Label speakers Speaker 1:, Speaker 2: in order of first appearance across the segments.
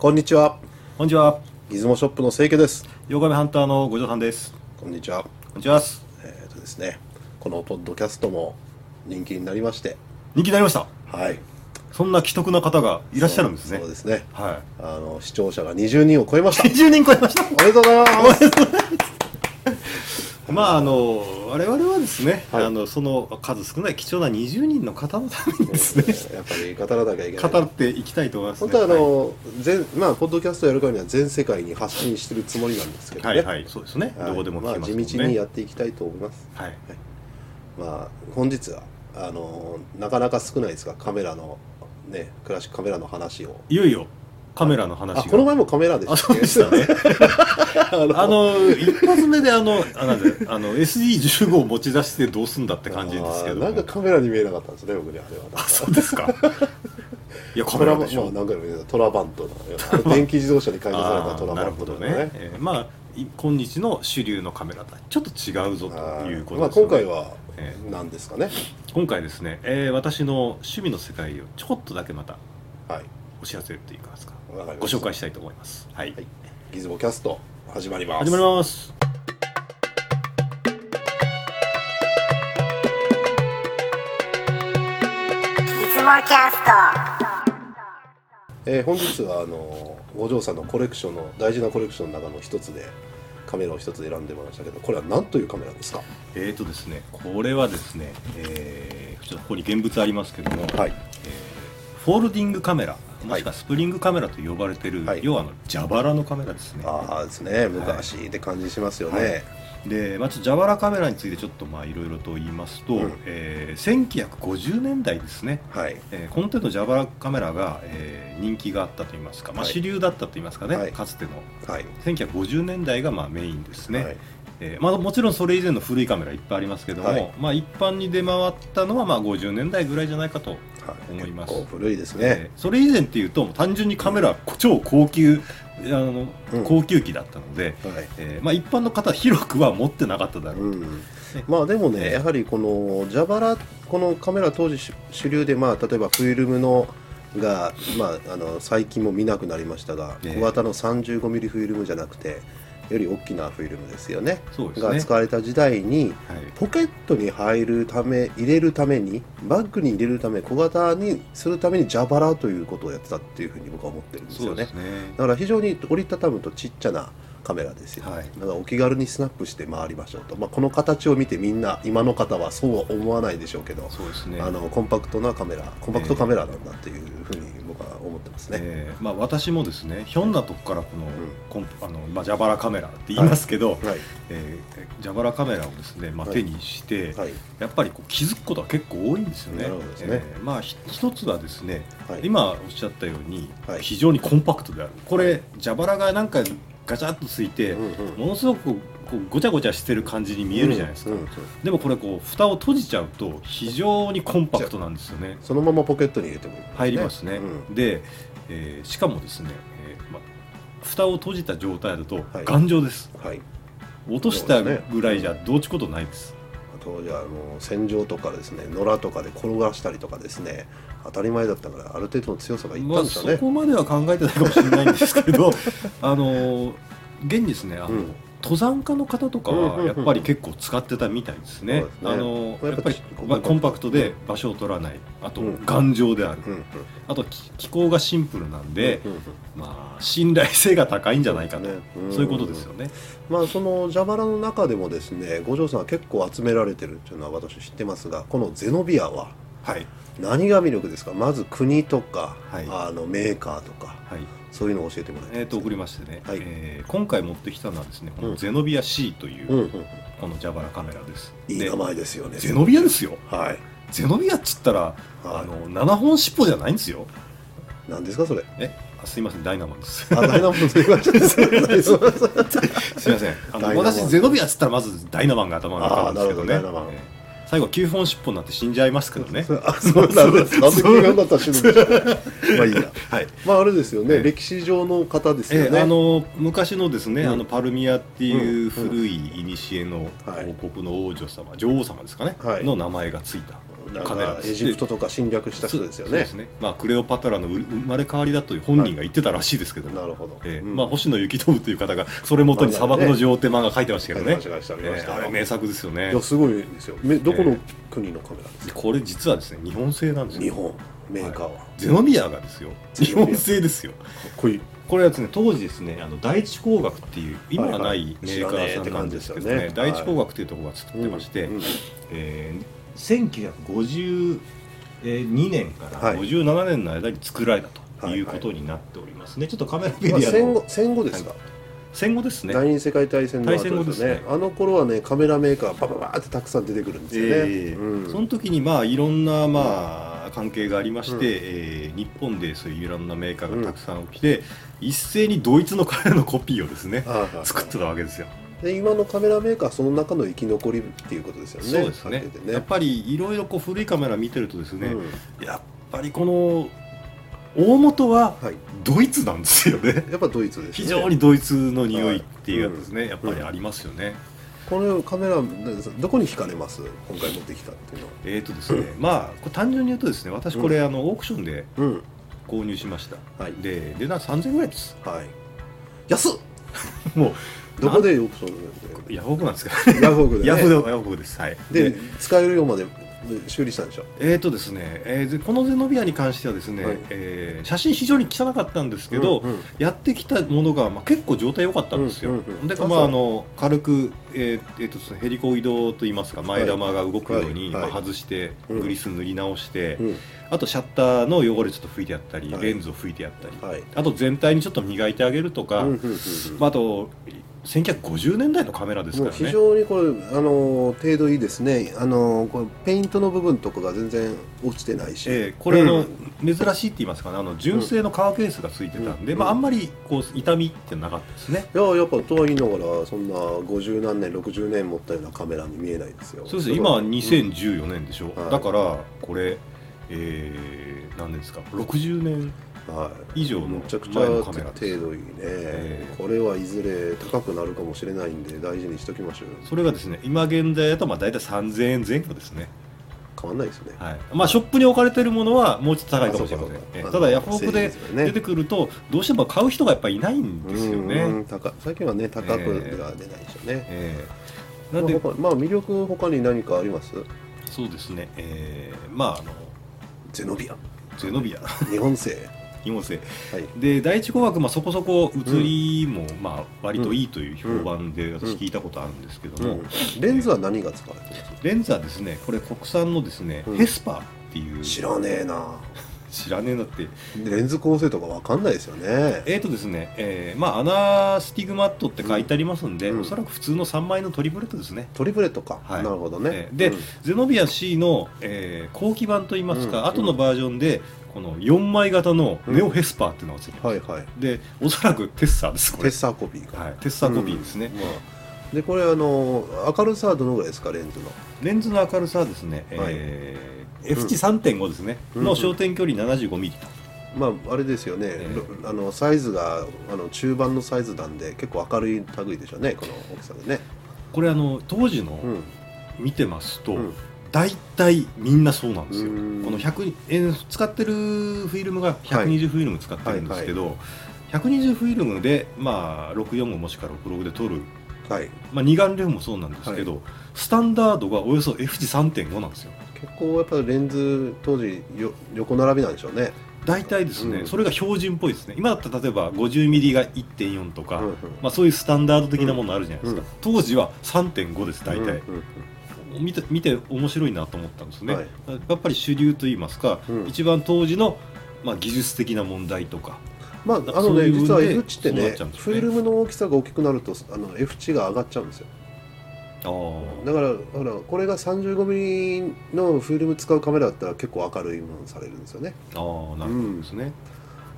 Speaker 1: こんにちは。
Speaker 2: こんにちは。
Speaker 1: 出雲ショップの清家です。
Speaker 2: ヨガメハンターの五条さんです。
Speaker 1: こんにちは。
Speaker 2: こんにちは。
Speaker 1: えっ、とですね、このポッドキャストも人気になりまして、
Speaker 2: 人気になりました。
Speaker 1: はい。
Speaker 2: そんな奇特な方がいらっしゃるんですね。
Speaker 1: そうそうですね。
Speaker 2: は
Speaker 1: あの視聴者が20人を超えまし
Speaker 2: い。
Speaker 1: た。
Speaker 2: 20人超えました。
Speaker 1: おめでとうございます。
Speaker 2: まああの我々はですね、
Speaker 1: はい
Speaker 2: あのその数少ない貴重な20人の方のためにですね、
Speaker 1: やっぱり語らなきゃいけない。
Speaker 2: 語っていきたいと思います、
Speaker 1: 本
Speaker 2: ね。
Speaker 1: 当はあの、全まあポッドキャストやるからには全世界に発信してるつもりなんですけど
Speaker 2: は
Speaker 1: ね。
Speaker 2: い、はいはいそうですね。
Speaker 1: はい
Speaker 2: どこでも聞
Speaker 1: ま
Speaker 2: け
Speaker 1: あ
Speaker 2: ま
Speaker 1: 地
Speaker 2: すもんね。
Speaker 1: 道にやっていきたいと思います。
Speaker 2: はい。
Speaker 1: まあ本日はあのなかなか少ないですがカメラのねクラシックカメラの話を。
Speaker 2: いよいよカメラの話が。
Speaker 1: あこの前もカメラでした
Speaker 2: あ
Speaker 1: っ
Speaker 2: そう
Speaker 1: け
Speaker 2: でしたね。
Speaker 1: あの
Speaker 2: あの一発目であのあなんであの SD15 を持ち出してどうすんだって感じですけども。
Speaker 1: あーなんかカメラに見えなかったんですね僕にあれはなんか
Speaker 2: あそうですか。 いやカ
Speaker 1: ト
Speaker 2: メ
Speaker 1: ラ
Speaker 2: ラ
Speaker 1: バ
Speaker 2: で
Speaker 1: ン
Speaker 2: しょ。
Speaker 1: まあ何回も言うけどトラバントのあの電気自動車に改造されたトラ
Speaker 2: な
Speaker 1: バ
Speaker 2: る
Speaker 1: ン
Speaker 2: ほ
Speaker 1: ト
Speaker 2: ど
Speaker 1: のね
Speaker 2: ね、えーまあい今日の主流のカメラとはちょっと違うぞ
Speaker 1: は
Speaker 2: と
Speaker 1: い
Speaker 2: いうこ
Speaker 1: まあ
Speaker 2: とですよ
Speaker 1: 今回
Speaker 2: ね、
Speaker 1: は
Speaker 2: え
Speaker 1: 何ですかね
Speaker 2: ー今回ですね、えー私の趣味の世界をちょこっとだけまた
Speaker 1: はい
Speaker 2: お知らせといいますか
Speaker 1: わかり
Speaker 2: ご
Speaker 1: ま
Speaker 2: 紹
Speaker 1: した
Speaker 2: 介したいと思いますはい、
Speaker 1: はいギズモキャスト始まります
Speaker 2: 始まります
Speaker 3: いつもキャスト
Speaker 1: えー本日はあの五条さんのコレクションの大事なコレクションの中の一つでカメラを一つ選んでもらいましたけどこれは何というカメラですか
Speaker 2: えーとですねこれはですね、えーちょっとここに現物ありますけども、
Speaker 1: はい
Speaker 2: フォールディングカメラもしくはスプリングカメラと呼ばれてる、
Speaker 1: はい
Speaker 2: 要はあの蛇腹のカメラですね
Speaker 1: ああですね昔って感じしますよね、
Speaker 2: はいで、まあ、ちょっと蛇腹カメラについてちょっとまあいろいろと言いますと、
Speaker 1: うん
Speaker 2: えー1950年代ですね、
Speaker 1: はい、
Speaker 2: えーこの手の蛇腹カメラが、えー人気があったと言いますか、まあ、
Speaker 1: はい
Speaker 2: 主流だったと言いますかね、
Speaker 1: はい
Speaker 2: かつての
Speaker 1: はい、
Speaker 2: 1950年代がまあメインですね、
Speaker 1: はい、
Speaker 2: えーまあ、もちろんそれ以前の古いカメラいっぱいありますけども、
Speaker 1: はい
Speaker 2: まあ、一般に出回ったのはまあ50年代ぐらいじゃないかと、
Speaker 1: はい
Speaker 2: 思います
Speaker 1: 結構古いです
Speaker 2: え
Speaker 1: ね、
Speaker 2: ーそれ以前っていうともう単純にカメラは超高級あの、
Speaker 1: うん
Speaker 2: 高級機だったので、
Speaker 1: はい
Speaker 2: えーまあ、一般の方は広くは持ってなかっただろう
Speaker 1: うん、まあでも
Speaker 2: え
Speaker 1: ね
Speaker 2: え
Speaker 1: やはりこの蛇腹このカメラ当時主主流でまあ例えばフィルムのが、まあ、あの最近も見なくなりましたが
Speaker 2: ええ
Speaker 1: 小型の 35mm フィルムじゃなくてより大きなフィルムですよね
Speaker 2: そうですね
Speaker 1: が使われた時代に
Speaker 2: はい
Speaker 1: ポケットに入るため入れるためにバッグに入れるため小型にするために蛇腹ということをやってたっていうふうに僕は思ってるんです
Speaker 2: そ
Speaker 1: よ
Speaker 2: うで
Speaker 1: ね
Speaker 2: すね。
Speaker 1: だから非常に折りたたむとちっちゃなカメラですよ、
Speaker 2: はい。
Speaker 1: だからお気軽にスナップして回りましょうと、まあ、この形を見てみんな今の方はそうは思わないでしょうけど、
Speaker 2: そうですね。
Speaker 1: あのコンパクトなカメラコンパクトカメラなんだっていうふうに僕は思ってますね、
Speaker 2: えーまあ私もですね、ひょんなとこからこの、
Speaker 1: ん
Speaker 2: コンあのまあジャバラカメラって言いますけど、
Speaker 1: はい
Speaker 2: えージャバラカメラをですね、まあ
Speaker 1: はい
Speaker 2: 手にして、
Speaker 1: はい
Speaker 2: やっぱりこう気づくことは結構多いんですよね。
Speaker 1: なるほどですね
Speaker 2: えーまあひ一つはですね、
Speaker 1: はい
Speaker 2: 今おっしゃったように、
Speaker 1: はい
Speaker 2: 非常にコンパクトである。これジャバラがなんかガチャっとついて、
Speaker 1: うんうん
Speaker 2: ものすごくこうこうごちゃごちゃしてる感じに見えるじゃないですか。
Speaker 1: うんうん
Speaker 2: でもこれこう蓋を閉じちゃうと非常にコンパクトなんですよね。
Speaker 1: そのままポケットに入れてもいい、
Speaker 2: 入りますね、
Speaker 1: うん
Speaker 2: で、えーしかもですね、えーま、蓋を閉じた状態だと
Speaker 1: はい
Speaker 2: 頑丈です、
Speaker 1: はい、
Speaker 2: 落とした
Speaker 1: そうですね
Speaker 2: ぐらいじゃどうちことないです
Speaker 1: 当時はあの戦場とかですね野良とかで転がしたりとかですね当たり前だったからある程度の強さがいっ
Speaker 2: ま
Speaker 1: た
Speaker 2: あ
Speaker 1: んでしょう
Speaker 2: そ
Speaker 1: ね、
Speaker 2: こまでは考えてないかもしれないんですけ どあのー現にですねあの、
Speaker 1: うん
Speaker 2: 登山家の方とか
Speaker 1: うんうんう
Speaker 2: は
Speaker 1: ん
Speaker 2: やっぱり結構使ってたみたいですね。
Speaker 1: そうですね
Speaker 2: あのー
Speaker 1: や
Speaker 2: や
Speaker 1: っぱ
Speaker 2: っぱ
Speaker 1: り
Speaker 2: りまあコンパクトで場所を取らない、あと
Speaker 1: うん
Speaker 2: 頑丈である、
Speaker 1: うんうん、
Speaker 2: あと気気候がシンプルなんで、
Speaker 1: うんうん
Speaker 2: まあ信頼性が高いんじゃないかと、
Speaker 1: ねん
Speaker 2: そういうことですよね。
Speaker 1: まあその蛇腹の中でもですね五条さんは結構集められてるっていうのは私知ってますがこのゼノビアは
Speaker 2: はい
Speaker 1: 何が魅力ですかまず国とか、
Speaker 2: はい
Speaker 1: あのメーカーとか
Speaker 2: はい。
Speaker 1: そういうのを教えてもらいたい
Speaker 2: えー、と送り
Speaker 1: ま
Speaker 2: ましてね、
Speaker 1: はい
Speaker 2: えー今回持ってきたのはですねこ
Speaker 1: うん
Speaker 2: のゼノビア C という、
Speaker 1: うんうん、
Speaker 2: この蛇腹カメラです
Speaker 1: いい
Speaker 2: で
Speaker 1: 名前ですよね
Speaker 2: ゼノビアですよ
Speaker 1: はい、はい、
Speaker 2: ゼノビアっつったら、あの7本尻尾じゃないんですよ
Speaker 1: 何ですかそれ
Speaker 2: えあすいませんダイナマンです
Speaker 1: あダイナモンド言いました
Speaker 2: すいません
Speaker 1: ダ
Speaker 2: あ
Speaker 1: イナマン
Speaker 2: の私ゼノビアっつったらまずダイナマンが頭に浮かぶんですけどね
Speaker 1: あーなるほどダイナマン
Speaker 2: えー最後9本尻尾になって死んじゃいますけどね
Speaker 1: あそうなんですなんで
Speaker 2: そう
Speaker 1: 急にあんな足してるんですかまあいいや
Speaker 2: はい
Speaker 1: まああれですよね、
Speaker 2: ええ
Speaker 1: 歴史上の方です
Speaker 2: え
Speaker 1: よ
Speaker 2: ー
Speaker 1: ね、
Speaker 2: あの昔のですね、
Speaker 1: うん
Speaker 2: あのパルミアってい
Speaker 1: うん
Speaker 2: う古い古の
Speaker 1: はい
Speaker 2: 王国の王女様、女王様ですかね、
Speaker 1: はい
Speaker 2: の名前がついた
Speaker 1: なん
Speaker 2: カメラ
Speaker 1: か
Speaker 2: です
Speaker 1: エジプトとか侵略した人ですよ
Speaker 2: そう
Speaker 1: ね
Speaker 2: ですね、まあ、クレオパトラのう生まれ変わりだという本人が言ってたらしいですけども、
Speaker 1: なるほど、
Speaker 2: ええ
Speaker 1: うん
Speaker 2: まあ、星野幸信という方がそれ元に「砂漠の女王」って漫画書いてましたけどね
Speaker 1: 書いてました書いてま
Speaker 2: え
Speaker 1: した
Speaker 2: えあれ名作ですよね
Speaker 1: いやすごいですよめどこの国のカメラですか、
Speaker 2: これ実はですね日本製なんです
Speaker 1: 日
Speaker 2: よ
Speaker 1: 本メーカーは、
Speaker 2: ゼノビアがですよ
Speaker 1: ゼ
Speaker 2: 日
Speaker 1: ノビア
Speaker 2: 本製ですよ
Speaker 1: かっこいい
Speaker 2: これはですね当時ですねあの第一工学っていう今は
Speaker 1: は
Speaker 2: ない
Speaker 1: はい
Speaker 2: いメーカーさんなんですけどね,、
Speaker 1: 知らねえって感じですよね
Speaker 2: 第一工学っていうところが作ってまして、
Speaker 1: うん
Speaker 2: えー1952年から
Speaker 1: はい
Speaker 2: 57年の間に作られたと
Speaker 1: はいいう
Speaker 2: ことになっておりますね、ちょっとカメラメデ
Speaker 1: まあ、
Speaker 2: ィア
Speaker 1: 戦
Speaker 2: の
Speaker 1: 後戦後ですか、
Speaker 2: 戦後ですね
Speaker 1: 第二次世界大戦の後
Speaker 2: 大戦
Speaker 1: で
Speaker 2: 後ですす
Speaker 1: ね
Speaker 2: ね
Speaker 1: あの頃はねカメラメーカーバババーってたくさん出てくるんですよね、
Speaker 2: ええ
Speaker 1: うん
Speaker 2: その時にまあいろんなまあ関係がありまして、えー日本でそういういろんなメーカーがたくさん来て、一斉にドイツの彼のコピーをですね
Speaker 1: はいはいはい
Speaker 2: 作ってたわけですよ、
Speaker 1: で今のカメラメーカーはその中の生き残りっていうことですよね
Speaker 2: そうですね
Speaker 1: かけて
Speaker 2: やっぱりいろいろこう古いカメラ見てるとですね、
Speaker 1: うん
Speaker 2: やっぱりこの大元は
Speaker 1: はい
Speaker 2: ドイツなんですよね
Speaker 1: やっぱドイツです、ね、
Speaker 2: 非常にドイツの匂いっていうやつですね、やっぱりありますよね、
Speaker 1: このカメラどこに惹かれます今回持ってきたっていうのは
Speaker 2: えーとですね、まあこれ単純に言うとですね私これあのオークションで
Speaker 1: うん
Speaker 2: 購入しました、
Speaker 1: はい
Speaker 2: で値段3000円ぐらいです
Speaker 1: はい安っ
Speaker 2: もう
Speaker 1: どこでオプション
Speaker 2: ヤフオクなんですか
Speaker 1: ヤフオクで、ね、
Speaker 2: ヤフオクヤフオクですはい
Speaker 1: で使えるようまで修理したんでしょ
Speaker 2: えーとですね、えーでこのゼノビアに関してはですね、
Speaker 1: はい
Speaker 2: えー写真非常に汚かったんですけど、
Speaker 1: うんうん
Speaker 2: やってきたものが、まあ、結構状態良かったんですよ、
Speaker 1: うんうんうん
Speaker 2: で
Speaker 1: あ
Speaker 2: ま
Speaker 1: そう
Speaker 2: ああの軽く、えーえーとですねヘリコ移動といいますか前玉が動くように、
Speaker 1: はいはい
Speaker 2: まあ、外して、
Speaker 1: うん
Speaker 2: グリス塗り直して、
Speaker 1: うん
Speaker 2: あとシャッターの汚れちょっと拭いてやったり、
Speaker 1: はい
Speaker 2: レンズを拭いてやったり、
Speaker 1: はい
Speaker 2: あと全体にちょっと磨いてあげるとか、
Speaker 1: うんうんうん
Speaker 2: まあ、あと1950年代のカメラです
Speaker 1: も
Speaker 2: か
Speaker 1: う
Speaker 2: ら
Speaker 1: 非
Speaker 2: ね
Speaker 1: 常にこれあのー程度いいですねあのーこのペイントの部分とかが全然落ちてないし、
Speaker 2: えーこれあ
Speaker 1: う
Speaker 2: の、
Speaker 1: ん
Speaker 2: 珍しいって言いますかねあの純正の革ケースがついてたんで、
Speaker 1: うん
Speaker 2: まあ、あんまりこう痛みってなかったですね、
Speaker 1: いややっぱとは言いながらそんな50何年60年持ったようなカメラに見えないですよ
Speaker 2: そうですね
Speaker 1: ご
Speaker 2: 今
Speaker 1: い
Speaker 2: 2014年でしょ、
Speaker 1: はい
Speaker 2: だからこれ、えー、何年ですか60年
Speaker 1: はい
Speaker 2: 以上の
Speaker 1: めちゃくちゃ
Speaker 2: 前の
Speaker 1: 程
Speaker 2: カメラ
Speaker 1: 度
Speaker 2: です
Speaker 1: いいね、
Speaker 2: ええ
Speaker 1: これはいずれ高くなるかもしれないんで大事にしときましょうよ
Speaker 2: それがですね今現在だとまあ大体3000円前後ですね、
Speaker 1: 変わんないですね
Speaker 2: はいまあ、ショップに置かれてるものはもうちょっと高いかもしれま
Speaker 1: あ
Speaker 2: せ
Speaker 1: そ
Speaker 2: ん
Speaker 1: うか
Speaker 2: え
Speaker 1: そうか
Speaker 2: ーただヤフオク
Speaker 1: 製品
Speaker 2: で
Speaker 1: ですよね
Speaker 2: 出てくるとどうしても買う人がやっぱりいないんですよ
Speaker 1: うんう
Speaker 2: ね、
Speaker 1: ん高最近はね高くは出ないでしょうね、
Speaker 2: えーなんで
Speaker 1: まあ他まあ魅力他に何かあります
Speaker 2: そうですね、えーまああの
Speaker 1: ゼノビア
Speaker 2: ゼノビ ア
Speaker 1: 日本製
Speaker 2: 日本製
Speaker 1: はい
Speaker 2: で第一語学、まあ、そこそこ映りも、まあ、割といいという評判で私聞いたことあるんですけども、
Speaker 1: うんレンズは何が使われてま
Speaker 2: レンズはですねこれ国産のですね、
Speaker 1: うん
Speaker 2: ヘスパーっていう
Speaker 1: す知らねえな
Speaker 2: 知らねえなって
Speaker 1: レンズ構成とかわかんないですよね
Speaker 2: えーとですね、えーまあ、アナスティグマットって書いてありますんで、
Speaker 1: うん
Speaker 2: おそらく普通の3枚のトリプレットですね
Speaker 1: トリプレットか、
Speaker 2: はい
Speaker 1: なるほどね、
Speaker 2: えーで
Speaker 1: うん
Speaker 2: ゼノビア C の、えー後期版といいます
Speaker 1: う
Speaker 2: か、
Speaker 1: ん
Speaker 2: 後のバージョンでこの4枚型のネオヘスパーっていうのがついてます、
Speaker 1: はいはい
Speaker 2: でおそらくテッサーですこ
Speaker 1: テッ
Speaker 2: れ
Speaker 1: サーコピーか、
Speaker 2: はい、テッサーコピーですね、
Speaker 1: まあ、でこれあの明るさはどのぐらいですかレンズの
Speaker 2: レンズの明るさはですね、
Speaker 1: はい
Speaker 2: えー F 値3.5ですね、
Speaker 1: うん
Speaker 2: の焦点距離 75mm と、
Speaker 1: まああれですよね、
Speaker 2: ええ
Speaker 1: ろあのサイズがあの中盤のサイズなんで結構明るい類でしょうねこの大きさでね
Speaker 2: これあの当時
Speaker 1: う
Speaker 2: の
Speaker 1: ん
Speaker 2: 見てますと、
Speaker 1: うん
Speaker 2: 大体みんなそうなんですよ、
Speaker 1: うん
Speaker 2: この100、えー使ってるフィルムが120フィルム使ってるんですけど、120フィルムで、まあ、64もしくは66で撮る、
Speaker 1: はい
Speaker 2: まあ、二眼レフもそうなんですけど、スタンダードがおよそ F 値3.5なんですよ
Speaker 1: 結構やっぱりレンズ当時よ横並びなんでしょうね
Speaker 2: 大体ですね、
Speaker 1: うん
Speaker 2: それが標準っぽいですね今だったら例えば 50mm が1.4とか、
Speaker 1: うんうん
Speaker 2: まあ、そういうスタンダード的なものあるじゃないですか、
Speaker 1: うん
Speaker 2: 当時は3.5です大体、
Speaker 1: うんうん
Speaker 2: 見て見て面白いなと思ったんですね、
Speaker 1: はい
Speaker 2: やっぱり主流といいますか、
Speaker 1: うん
Speaker 2: 一番当時の、まあ、技術的な問題とか
Speaker 1: まあ、あの
Speaker 2: そう
Speaker 1: ね
Speaker 2: いう分
Speaker 1: 実は
Speaker 2: で
Speaker 1: F 値って
Speaker 2: そう
Speaker 1: ね
Speaker 2: なっちゃうんです
Speaker 1: フ
Speaker 2: よね
Speaker 1: ィルムの大きさが大きくなるとあの F 値が上がっちゃうんですよ
Speaker 2: あー
Speaker 1: だからほらこれが 35mm のフィルム使うカメラだったら結構明るいものにされるんですよね
Speaker 2: あーなるほどですね、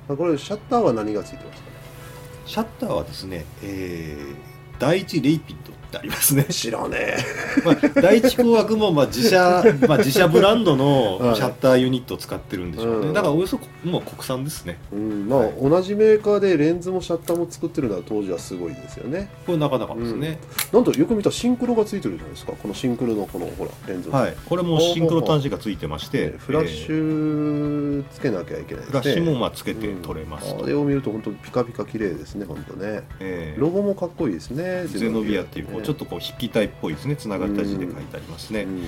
Speaker 1: まあこれシャッターは何がついてますかね。
Speaker 2: シャッターはですね、えー第一レイピッドってありますね
Speaker 1: 知らね
Speaker 2: まあ、第一工学もまあ 自社、まあ、自社ブランドのシャッターユニットを使ってるんでしょうね。
Speaker 1: うん
Speaker 2: だからおよそもう国産ですね。
Speaker 1: え、うんまあ
Speaker 2: はい
Speaker 1: 同じメーカーでレンズもシャッターも作ってるのは当時はすごいですよね
Speaker 2: これなかなかですね。
Speaker 1: なんとよく見たらシンクロがついてるじゃないですかこのシンクロのこのほらレンズも、
Speaker 2: はい。これもシンクロ端子がついてまして、
Speaker 1: ねフラッシ
Speaker 2: えー
Speaker 1: ュつけなきゃいけないですね
Speaker 2: フラッシュもまあつけて
Speaker 1: うん
Speaker 2: 撮れます
Speaker 1: あ
Speaker 2: と。
Speaker 1: れを見ると本当にピカピカ綺麗ですね本当ね
Speaker 2: えー
Speaker 1: ロゴもかっこいいですね
Speaker 2: ゼノビアっていうこうちょっとこう筆記体っぽいですねつながった字で書いてありますね、
Speaker 1: うん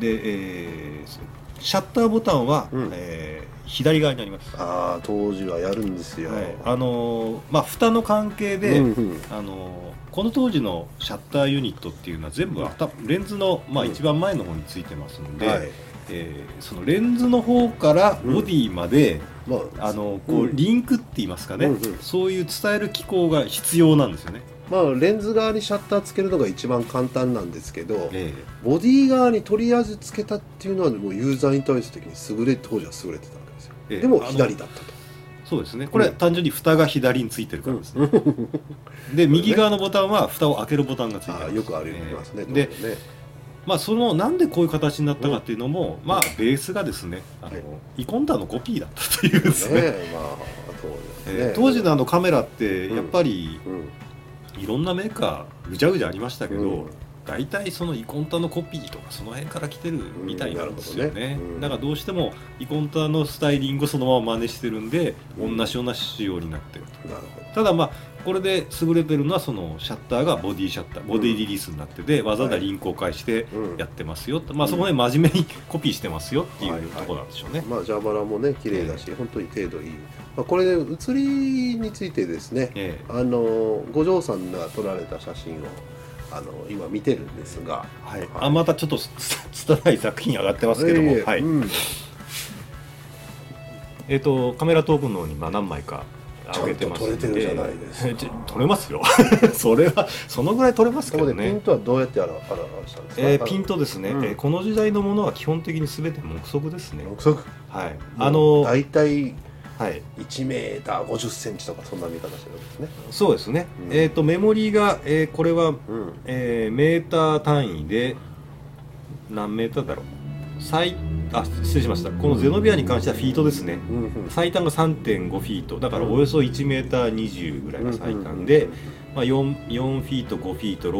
Speaker 2: で、えーシャッターボタンは、
Speaker 1: うん
Speaker 2: えー左側になりますは
Speaker 1: ああ当時はやるんです
Speaker 2: い
Speaker 1: よ、
Speaker 2: あのーまあ蓋の関係で、
Speaker 1: うんうん
Speaker 2: あのーこの当時のシャッターユニットっていうのは全部頭レンズの、まあ、
Speaker 1: うん
Speaker 2: 一番前の方についてますので、
Speaker 1: はい
Speaker 2: えーそのレンズの方からボディまで、
Speaker 1: まあ
Speaker 2: あのこう、
Speaker 1: うん
Speaker 2: リンクって言いますかね、
Speaker 1: うんうん
Speaker 2: そういう伝える機構が必要なんですよね。
Speaker 1: まあ、レンズ側にシャッターつけるのが一番簡単なんですけど
Speaker 2: え
Speaker 1: ボディ側にとりあえずつけたっていうのはもうユーザーに対して的に優れ当時は優れてたわけですよ
Speaker 2: えええ
Speaker 1: でも
Speaker 2: あの
Speaker 1: 左だったと
Speaker 2: そうですね。これ、
Speaker 1: うん
Speaker 2: 単純に蓋が左についてるからですね。で、右側のボタンは蓋を開けるボタンがついて
Speaker 1: あ
Speaker 2: ま
Speaker 1: あ
Speaker 2: す。
Speaker 1: よくありますね
Speaker 2: えー
Speaker 1: どう
Speaker 2: で、
Speaker 1: もね
Speaker 2: まあ、その、なんでこういう形になったかっていうのも、まあ、ベースがですね、あの
Speaker 1: はい、
Speaker 2: イコンダのコピーだったというですね。
Speaker 1: ねまあ当時はね
Speaker 2: えー当時のあのカメラって
Speaker 1: うん
Speaker 2: やっぱり
Speaker 1: うん
Speaker 2: いろんなメーカーぐちゃぐちゃありましたけど、
Speaker 1: うん
Speaker 2: 大体そのイコンタのコピーとかその辺から来てるみたいなんですよ
Speaker 1: うんなる
Speaker 2: ね
Speaker 1: ほどねうん
Speaker 2: だからどうしてもイコンタのスタイリングをそのまま真似してるんで、
Speaker 1: うん
Speaker 2: 同じような仕様になってる
Speaker 1: なるほど
Speaker 2: ただまあこれで優れてるのはそのシャッターがボディシャッターボディリリースになってて、わざわざリンクを返して
Speaker 1: うん
Speaker 2: やってますよと、まあそこで真面目にコピーしてますよっていうところなんでしょうね、
Speaker 1: まあ、ジャバラもね綺麗だし、本当に程度いい、まあ、これで写りについてですね
Speaker 2: え
Speaker 1: あの五条さんが撮られた写真をあの今見てるんですが
Speaker 2: えはいあまたちょっと つつつたない作品上がってますけども、
Speaker 1: ええ
Speaker 2: はい
Speaker 1: うんち
Speaker 2: えー、とカメラトークの方にまあ何枚か
Speaker 1: ゃ
Speaker 2: 上げ
Speaker 1: ん
Speaker 2: て
Speaker 1: と
Speaker 2: ます
Speaker 1: 撮れてるじゃない
Speaker 2: い
Speaker 1: です か
Speaker 2: 撮れますよそれはそのぐらい撮れます
Speaker 1: そ
Speaker 2: け
Speaker 1: こ
Speaker 2: ど
Speaker 1: でピン
Speaker 2: ね
Speaker 1: トはどうやって表表したんですか、
Speaker 2: えーピンとですね、
Speaker 1: うん
Speaker 2: えーこの時代のものは基本的に全て目測ですね、
Speaker 1: 目測
Speaker 2: はいあの
Speaker 1: 大体
Speaker 2: はい、
Speaker 1: 1メーター5 0センチとかそんな見方してるんですね、
Speaker 2: そうですね、
Speaker 1: うん
Speaker 2: えー、とメモリーが、えーこれは、
Speaker 1: うん、
Speaker 2: えーメーター単位で何メーターだろう最あ失礼しましたこのゼノビアに関してはフィートですね
Speaker 1: うんうん
Speaker 2: 最短が3.5フィートだからおよそ1メーター20ぐらいが最短で、
Speaker 1: うん
Speaker 2: まあ、4, 4フィート5フィート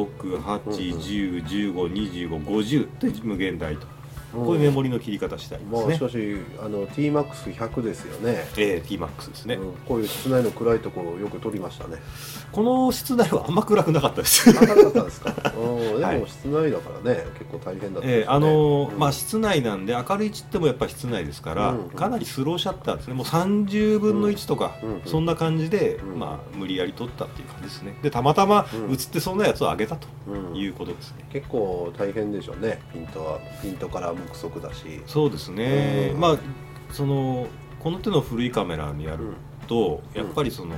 Speaker 2: 68101052550って無限大と、
Speaker 1: うん
Speaker 2: こういうメモリの切り方したいです
Speaker 1: まあ、
Speaker 2: ね
Speaker 1: し、かしあの TMAX100 ですよね
Speaker 2: えー、TMAX ですね、
Speaker 1: うんこういう室内の暗いところをよく撮りましたね。
Speaker 2: この室内はあんま暗くなかったです
Speaker 1: 明るかったんですか。うんで
Speaker 2: はい
Speaker 1: も室内だからね、結構大変だったんですね
Speaker 2: えーあのー
Speaker 1: うん
Speaker 2: まあ、室内なんで明るいちってもやっぱ室内ですから、
Speaker 1: うん
Speaker 2: かなりスローシャッターですねもう30分の1とか、
Speaker 1: うん
Speaker 2: そんな感じで、
Speaker 1: うん
Speaker 2: まあ、無理やり撮ったっていう感じですねでたまたま
Speaker 1: うん
Speaker 2: 映ってそんなやつを上げたと
Speaker 1: うん
Speaker 2: いうことですね、
Speaker 1: 結構大変でしょうね。ピントはピントから目測だし。
Speaker 2: そうですね、
Speaker 1: うん
Speaker 2: まあそのこの手の古いカメラにあるとやっぱりその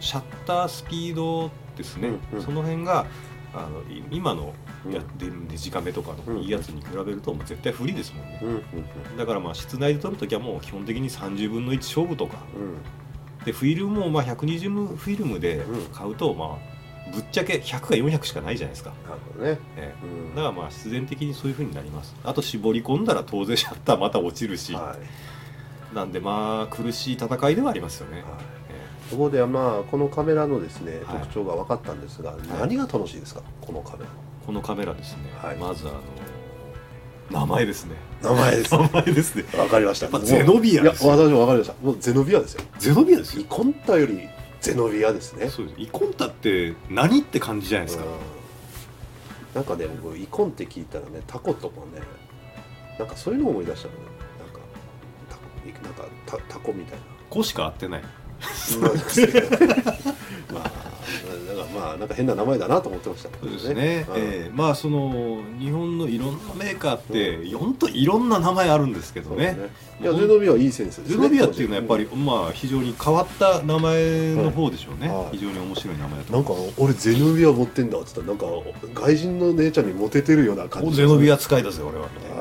Speaker 2: シャッタースピードですね、
Speaker 1: うんうん
Speaker 2: その辺があのい今の
Speaker 1: うん
Speaker 2: やデデジカメとか
Speaker 1: うん
Speaker 2: のいいやつに比べるともう絶対不利ですもんね
Speaker 1: うんうん
Speaker 2: だからまあ室内で撮るときはもう基本的に30分の1勝負とか
Speaker 1: うん
Speaker 2: でフィルムもまあ120ムフィルムで買うとまあぶっちゃけ100か400しかないじゃないですか、
Speaker 1: なるほどね。
Speaker 2: ええ
Speaker 1: うん
Speaker 2: だからまあ必然的にそういう風になりますあと絞り込んだら当然シャッターまた落ちるし、
Speaker 1: はい。はい
Speaker 2: なんでまあ苦しい戦いではありますよね、え
Speaker 1: そこでまあこのカメラのですね
Speaker 2: はい
Speaker 1: 特徴が分かったんですが、何が楽しいですかこのカメ
Speaker 2: えこのカメラですね、
Speaker 1: はい
Speaker 2: まずあの名前ですね
Speaker 1: ラ。名前です。
Speaker 2: 名前ですね
Speaker 1: わかりました。
Speaker 2: やっぱゼノビア
Speaker 1: いや
Speaker 2: です
Speaker 1: 私もわかりました。もうゼノビアですよ。
Speaker 2: ゼノビアです
Speaker 1: イ
Speaker 2: よ
Speaker 1: コンタよりゼノビアですね。
Speaker 2: そうですイコンタって何って感じじゃないですか、
Speaker 1: うんなんかね僕イコンって聞いたらねタコとかねなんかそういうのを思い出したのねなんかタコなんかタタコみたいな
Speaker 2: こうしか合ってない
Speaker 1: まあなんか まあなんか変な名前だなと思ってましたけど
Speaker 2: そうですね、
Speaker 1: うん
Speaker 2: ええまあその日本のいろんなメーカーって、ほんといろんな名前あるんですけど
Speaker 1: そう
Speaker 2: ね
Speaker 1: ねいやゼノビアいいセンスです
Speaker 2: ゼ
Speaker 1: ね
Speaker 2: ノビアっていうのはやっぱり、まあ非常に変わった名前の方でしょうね、
Speaker 1: はい
Speaker 2: 非常に面白い名前だと
Speaker 1: なんか俺ゼノビア持ってんだっつったらなんか外人の姉ちゃんにモテてるような感じ
Speaker 2: おゼノビ
Speaker 1: ア
Speaker 2: ア使いだぜ俺はみたいな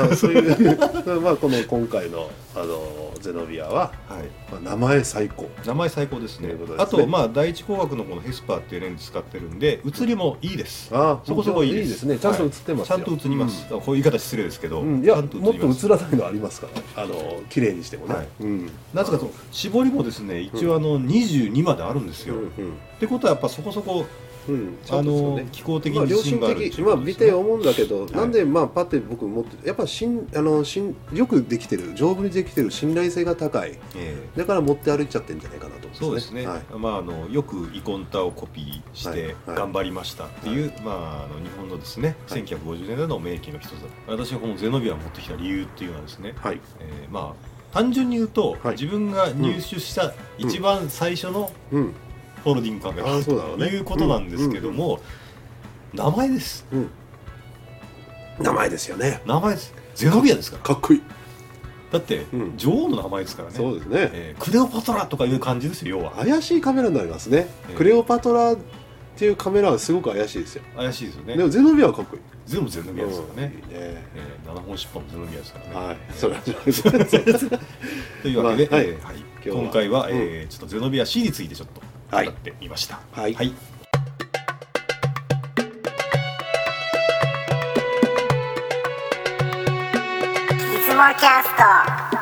Speaker 1: まあそういうまあこの今回のあのゼノビアは、
Speaker 2: はい、
Speaker 1: まあ、名前最高
Speaker 2: 名前最高ですね
Speaker 1: ということです
Speaker 2: あ
Speaker 1: ね
Speaker 2: とまあ第一工学のこのヘスパーっていうレンズ使ってるんで写りもいいです、
Speaker 1: あ
Speaker 2: そこそこいいです
Speaker 1: ねちゃんと映ってます
Speaker 2: ちゃ
Speaker 1: よ、
Speaker 2: んと写ります、こういう言い方失礼ですけど、
Speaker 1: うん、うんいや
Speaker 2: ちゃ
Speaker 1: も
Speaker 2: ん
Speaker 1: っ
Speaker 2: と
Speaker 1: と
Speaker 2: 写ります
Speaker 1: 映らないのありますからあの綺麗にしてもね、
Speaker 2: はい
Speaker 1: うん
Speaker 2: なぜかと絞りもですね一応あの22まであるんです
Speaker 1: う
Speaker 2: よ、
Speaker 1: ん
Speaker 2: っ、てことはやっぱそこそこ
Speaker 1: うんうん、ちゃ
Speaker 2: あ
Speaker 1: んとですよ
Speaker 2: の、
Speaker 1: ね
Speaker 2: 気候的
Speaker 1: まあ
Speaker 2: に
Speaker 1: 良
Speaker 2: 自信
Speaker 1: 心
Speaker 2: があるっていう
Speaker 1: 的、
Speaker 2: こ
Speaker 1: まあ、
Speaker 2: とで
Speaker 1: 見
Speaker 2: すね
Speaker 1: て思うんだけど、
Speaker 2: い
Speaker 1: なんで、まあ、パって僕持って、やっぱしんあのしん、よくできてる、丈夫にできてる、信頼性が高い、
Speaker 2: ええ
Speaker 1: だから持って歩いちゃってんじゃないかなと
Speaker 2: そ
Speaker 1: 思うん
Speaker 2: うで
Speaker 1: ですす
Speaker 2: ね、
Speaker 1: ね。はい
Speaker 2: まあ、あのよくイコンタをコピーし
Speaker 1: は
Speaker 2: て
Speaker 1: いはい
Speaker 2: 頑張りましたっていう、まあ、あの日本のですね、
Speaker 1: はい
Speaker 2: 1950年代の名機の一つだ私がこのゼノビアを持ってきた理由っていうのはですね、
Speaker 1: はい、
Speaker 2: えーまあ、単純に言うと、
Speaker 1: はい
Speaker 2: 自分が入手した一番最初の
Speaker 1: うん、
Speaker 2: ホールディングカメラ、
Speaker 1: あーそうだろう
Speaker 2: と
Speaker 1: ね
Speaker 2: いうことなんですけども、名前です
Speaker 1: うん。名前ですよね。
Speaker 2: 名前ですゼノビアですから
Speaker 1: かっこいい。
Speaker 2: だって、
Speaker 1: うん
Speaker 2: 女王の名前ですからね
Speaker 1: そうですね。
Speaker 2: えークレオパトラとかいう感じですよ要は
Speaker 1: 怪しいカメラになりますね
Speaker 2: ええ。
Speaker 1: クレオパトラっていうカメラはすごく怪しいですよ。
Speaker 2: 怪しいですよ
Speaker 1: で
Speaker 2: ね
Speaker 1: もゼノビアはかっこいい。
Speaker 2: 全部ゼノビアですからね、
Speaker 1: うんいいね。
Speaker 2: えー、7本尻尾のゼロミアですからね。
Speaker 1: はい
Speaker 2: え、ー
Speaker 1: それはそうです。
Speaker 2: というわけで、
Speaker 1: まあはい
Speaker 2: えーはい
Speaker 1: 今日は
Speaker 2: 今回は、
Speaker 1: うん
Speaker 2: えーちょっとゼノビア C についてちょっと
Speaker 1: はい
Speaker 2: 語ってみました。
Speaker 1: はい
Speaker 2: はい
Speaker 3: いつもキャスト